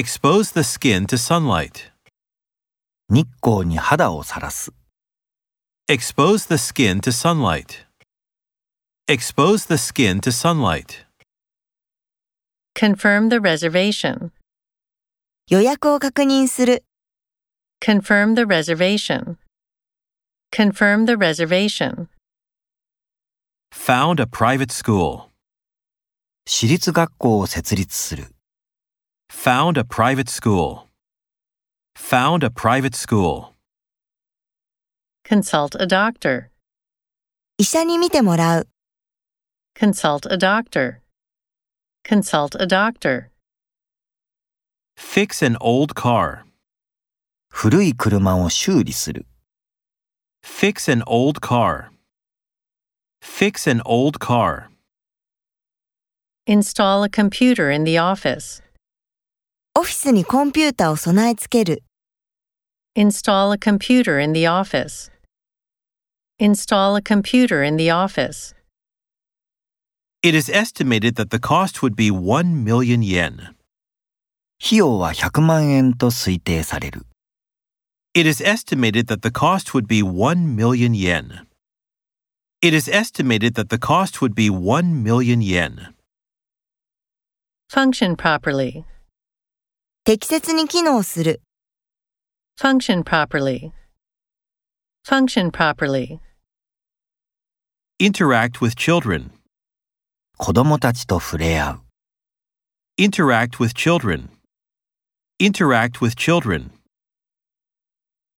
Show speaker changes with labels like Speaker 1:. Speaker 1: Expose the skin to sunlight.
Speaker 2: 日光に肌をさらす
Speaker 1: Expose the skin to sunlight. Expose the skin to sunlight.
Speaker 3: Confirm the reservation.
Speaker 4: 予約を確認する。
Speaker 3: Confirm the reservation. Confirm the reservation.
Speaker 1: Found a private school.
Speaker 2: 私立学校を設立する
Speaker 1: Found a private school. Found a private school.
Speaker 3: Consult a doctor.
Speaker 4: 医者に見てもらう。
Speaker 3: Consult a doctor. Consult a doctor.
Speaker 1: Fix an old car.
Speaker 2: 古い車を修理する
Speaker 1: Fix an old car. Fix an old car.
Speaker 3: Install a computer in the office.
Speaker 4: オフィスにコンピューターを備え付ける。
Speaker 3: Install a computer in the office. Install a computer in the office.
Speaker 1: It is estimated that the cost would be 1 million yen.
Speaker 2: 費用は100万円と推定される
Speaker 1: It is estimated that the cost would be 1 million yen. It is estimated that the cost would be 1 million yen.
Speaker 3: Function properly.
Speaker 4: 適切に機能する。
Speaker 3: Function properly. Function properly.
Speaker 1: Interact with children.
Speaker 2: 子供たちと触れ合う
Speaker 1: Interact with children. Interact with children.